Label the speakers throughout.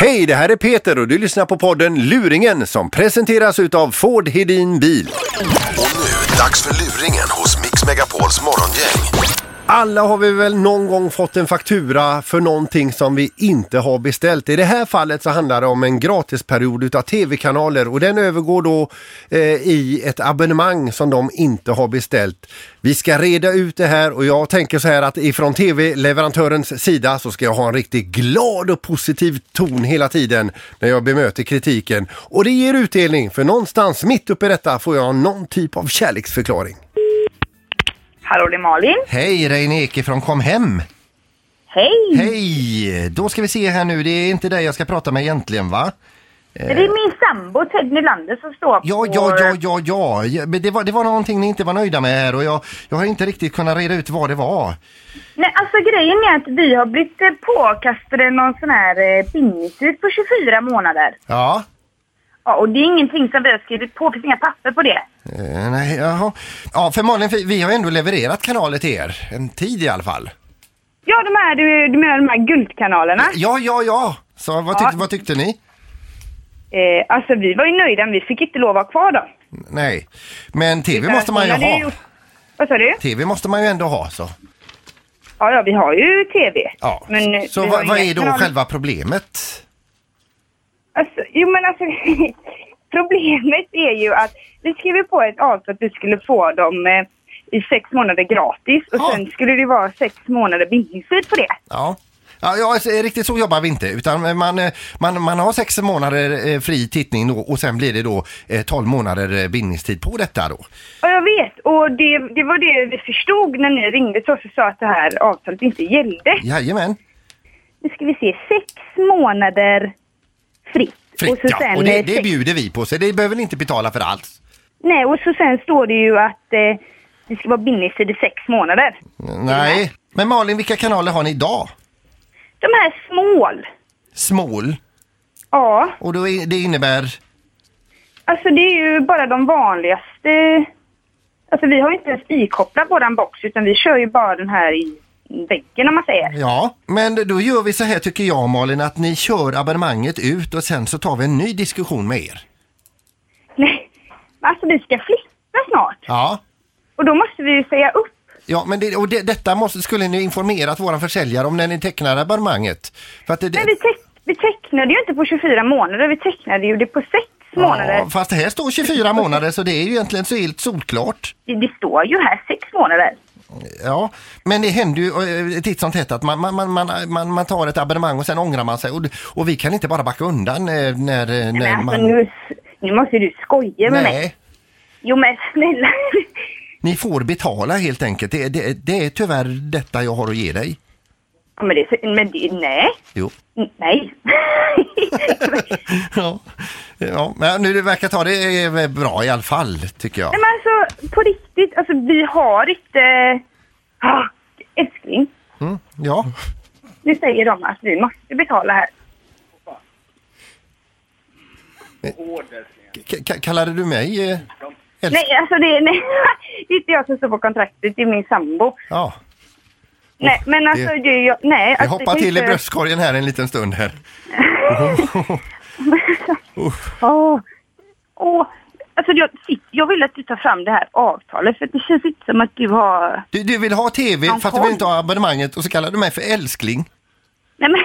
Speaker 1: Hej, det här är Peter och du lyssnar på podden Luringen som presenteras utav Ford Hedin Bil.
Speaker 2: Och nu, dags för luringen hos Mix Megapols morgongäng.
Speaker 1: Alla har vi väl någon gång fått en faktura för någonting som vi inte har beställt. I det här fallet så handlar det om en gratisperiod utav tv-kanaler och den övergår då eh, i ett abonnemang som de inte har beställt. Vi ska reda ut det här och jag tänker så här att ifrån tv-leverantörens sida så ska jag ha en riktigt glad och positiv ton hela tiden när jag bemöter kritiken. Och det ger utdelning för någonstans mitt uppe i detta får jag någon typ av kärleksförklaring.
Speaker 3: Hallå, det är Malin.
Speaker 1: Hej, Reine Eke från Kom Hem!
Speaker 3: Hej!
Speaker 1: Hej! Då ska vi se här nu, det är inte dig jag ska prata med egentligen va?
Speaker 3: Det är min sambo Ted Nylander som står
Speaker 1: Ja,
Speaker 3: på...
Speaker 1: ja, ja, ja, ja, ja. Men det var, det var någonting ni inte var nöjda med här och jag, jag har inte riktigt kunnat reda ut vad det var.
Speaker 3: Nej, alltså grejen är att vi har blivit eh, påkastade någon sån här eh, bindningstid på 24 månader.
Speaker 1: Ja,
Speaker 3: Ja, och det är ingenting som vi har skrivit på, det finns inga papper på det.
Speaker 1: eh, nej, jaha. Ja, för Malin, vi- vi har ändå levererat kanaler till er. En tid i alla fall.
Speaker 3: Ja, de här, du, du menar de här guldkanalerna?
Speaker 1: Ja, ja, ja. Så vad, tyck,
Speaker 3: Ja.
Speaker 1: vad tyckte ni?
Speaker 3: Eh, alltså vi var ju nöjda, men vi fick inte lov att vara kvar dem.
Speaker 1: Nej, men tv måste man ju
Speaker 3: Hon hade
Speaker 1: ha.
Speaker 3: gjort- Vad sa du?
Speaker 1: Tv måste man ju ändå ha så.
Speaker 3: Ja, ja, vi har ju tv.
Speaker 1: Ja.
Speaker 3: eh,
Speaker 1: så
Speaker 3: vi
Speaker 1: vad,
Speaker 3: har
Speaker 1: vad
Speaker 3: inga
Speaker 1: är då
Speaker 3: kanaler.
Speaker 1: själva problemet?
Speaker 3: Alltså, jo men alltså problemet är ju att vi skrev på ett avtal att vi skulle få dem eh, i sex månader gratis och
Speaker 1: Ja.
Speaker 3: sen skulle det vara sex månader bindningstid på det.
Speaker 1: Ja. Ja, ja, alltså, riktigt så jobbar vi inte utan man, eh, man, man har sex månader eh, fri tittning då, och sen blir det då eh, 12 månader eh, bindningstid på detta då.
Speaker 3: Ja jag vet och det, det var det vi förstod när ni ringde till oss och sa att det här avtalet inte gällde.
Speaker 1: Jajamän.
Speaker 3: Nu ska vi se, sex månader fritt.
Speaker 1: Fritt
Speaker 3: och så
Speaker 1: ja,
Speaker 3: sen,
Speaker 1: och det,
Speaker 3: eh,
Speaker 1: det
Speaker 3: sex-
Speaker 1: bjuder vi på så det behöver ni inte betala för alls.
Speaker 3: Nej och så sen står det ju att eh, det ska vara bindningstid i sex månader.
Speaker 1: Nej. Men Malin, vilka kanaler har ni idag?
Speaker 3: De här small,
Speaker 1: Small.
Speaker 3: ja
Speaker 1: Och då är, det innebär...
Speaker 3: Alltså det är ju bara de vanligaste. Alltså vi har ju inte ens ikopplat våran box utan vi kör ju bara den här i väggen om man säger.
Speaker 1: Ja, men då gör vi så här tycker jag Malin att ni kör abonnemanget ut och sen så tar vi en ny diskussion med er.
Speaker 3: Nej, men alltså vi ska flytta snart
Speaker 1: Ja.
Speaker 3: och då måste vi ju säga upp.
Speaker 1: Ja, men det, och det, detta måste, skulle ni informerat våran försäljare om när ni tecknar abonnemanget. För att det,
Speaker 3: Men vi, teck, vi tecknade ju inte på 24 månader, vi tecknade ju det på sex månader.
Speaker 1: Ja, fast det här står 24 månader så det är ju egentligen så helt solklart.
Speaker 3: Det, det står ju här sex månader.
Speaker 1: Ja, men det händer ju eh, titt som tätt att man, man, man, man, man, man tar ett abonnemang och sen ångrar man sig. Och, och vi kan inte bara backa undan eh, när, eh,
Speaker 3: Men
Speaker 1: när
Speaker 3: alltså
Speaker 1: man...
Speaker 3: nu, nu måste du skoja med mig.
Speaker 1: Nej,
Speaker 3: Jo men snälla.
Speaker 1: ni får betala helt enkelt. Det, det, det är tyvärr detta jag har att ge dig.
Speaker 3: Ja, men det, men det, nej.
Speaker 1: Jo.
Speaker 3: Nej.
Speaker 1: Ja, ja men nu det verkar ta det eh, bra i alla fall tycker jag.
Speaker 3: Nej men alltså på riktigt, alltså vi har inte... Ah, älskling,
Speaker 1: Mm, ja.
Speaker 3: nu säger de att vi måste betala här.
Speaker 1: K- k- kallade du mig eh, älskling?
Speaker 3: Nej alltså det, nej, det är inte jag som står på kontraktet, det är min sambo.
Speaker 1: Ja,
Speaker 3: nej men alltså
Speaker 1: det-
Speaker 3: det, är jag, nej.
Speaker 1: jag
Speaker 3: alltså,
Speaker 1: hoppar
Speaker 3: det
Speaker 1: till i
Speaker 3: inte-
Speaker 1: bröstkorgen här en liten stund här.
Speaker 3: Åh, åh. Alltså jag, sitt, jag vill att du tar fram det här avtalet för att det känns inte som att du har...
Speaker 1: Du, du vill ha tv
Speaker 3: Han
Speaker 1: fast du
Speaker 3: kom.
Speaker 1: vill inte ha abonnemanget och så kallar du mig för älskling.
Speaker 3: Nej men...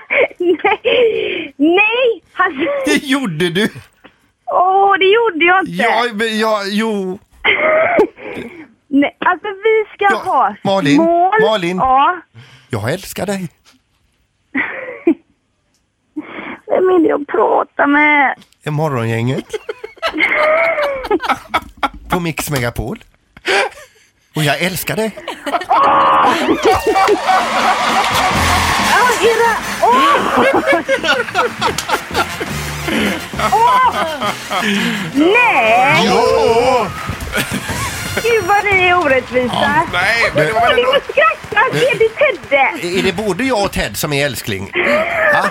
Speaker 3: nej! Nej! Alltså,
Speaker 1: Det gjorde du!
Speaker 3: åh, det gjorde jag inte!
Speaker 1: Ja, men jag, jo.
Speaker 3: Nej, alltså vi ska
Speaker 1: Ja,
Speaker 3: ha
Speaker 1: Malin,
Speaker 3: mål.
Speaker 1: Malin.
Speaker 3: Ja.
Speaker 1: Jag älskar dig.
Speaker 3: Vem är det jag pratar med?
Speaker 1: I morgongänget. På Mix Megapol. Och jag älskar dig.
Speaker 3: Ja, era... Åh! Åh! Nej!
Speaker 1: Jo!
Speaker 3: Gud vad ni är orättvisa.
Speaker 4: Nej, men det var
Speaker 3: Åh,
Speaker 4: väl
Speaker 3: ni
Speaker 4: ändå...
Speaker 3: får skratta! Ge dig Tedde!
Speaker 1: Är det både jag och Ted som är älskling? Ja.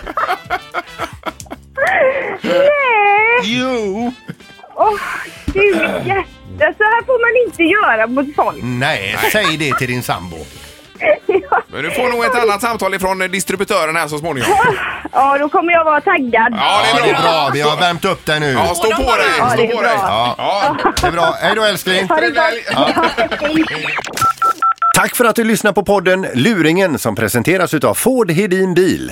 Speaker 3: Nej!
Speaker 1: Jo!
Speaker 3: Åh, Gud, mitt hjärta. Så här får man inte göra mot folk.
Speaker 1: Nej, säg det till din sambo.
Speaker 3: Ja.
Speaker 4: Men du får nog ett annat samtal ifrån eh, distributören här så småningom.
Speaker 3: Ja, då kommer jag vara taggad.
Speaker 4: Ja,
Speaker 5: Ja,
Speaker 4: det är bra.
Speaker 5: Vi har värmt upp dig nu.
Speaker 4: Ja, stå
Speaker 5: Ja,
Speaker 4: på dig.
Speaker 3: Ja, det
Speaker 4: Stå
Speaker 3: är
Speaker 4: på
Speaker 3: bra.
Speaker 4: dig.
Speaker 5: Ja.
Speaker 4: Ja.
Speaker 5: det är bra. Hej då älskling!
Speaker 3: Ha det
Speaker 4: Trevlig helg.
Speaker 3: gott. Ja, hej.
Speaker 1: Tack för att du lyssnar på podden Luringen som presenteras utav Ford Hedin Bil.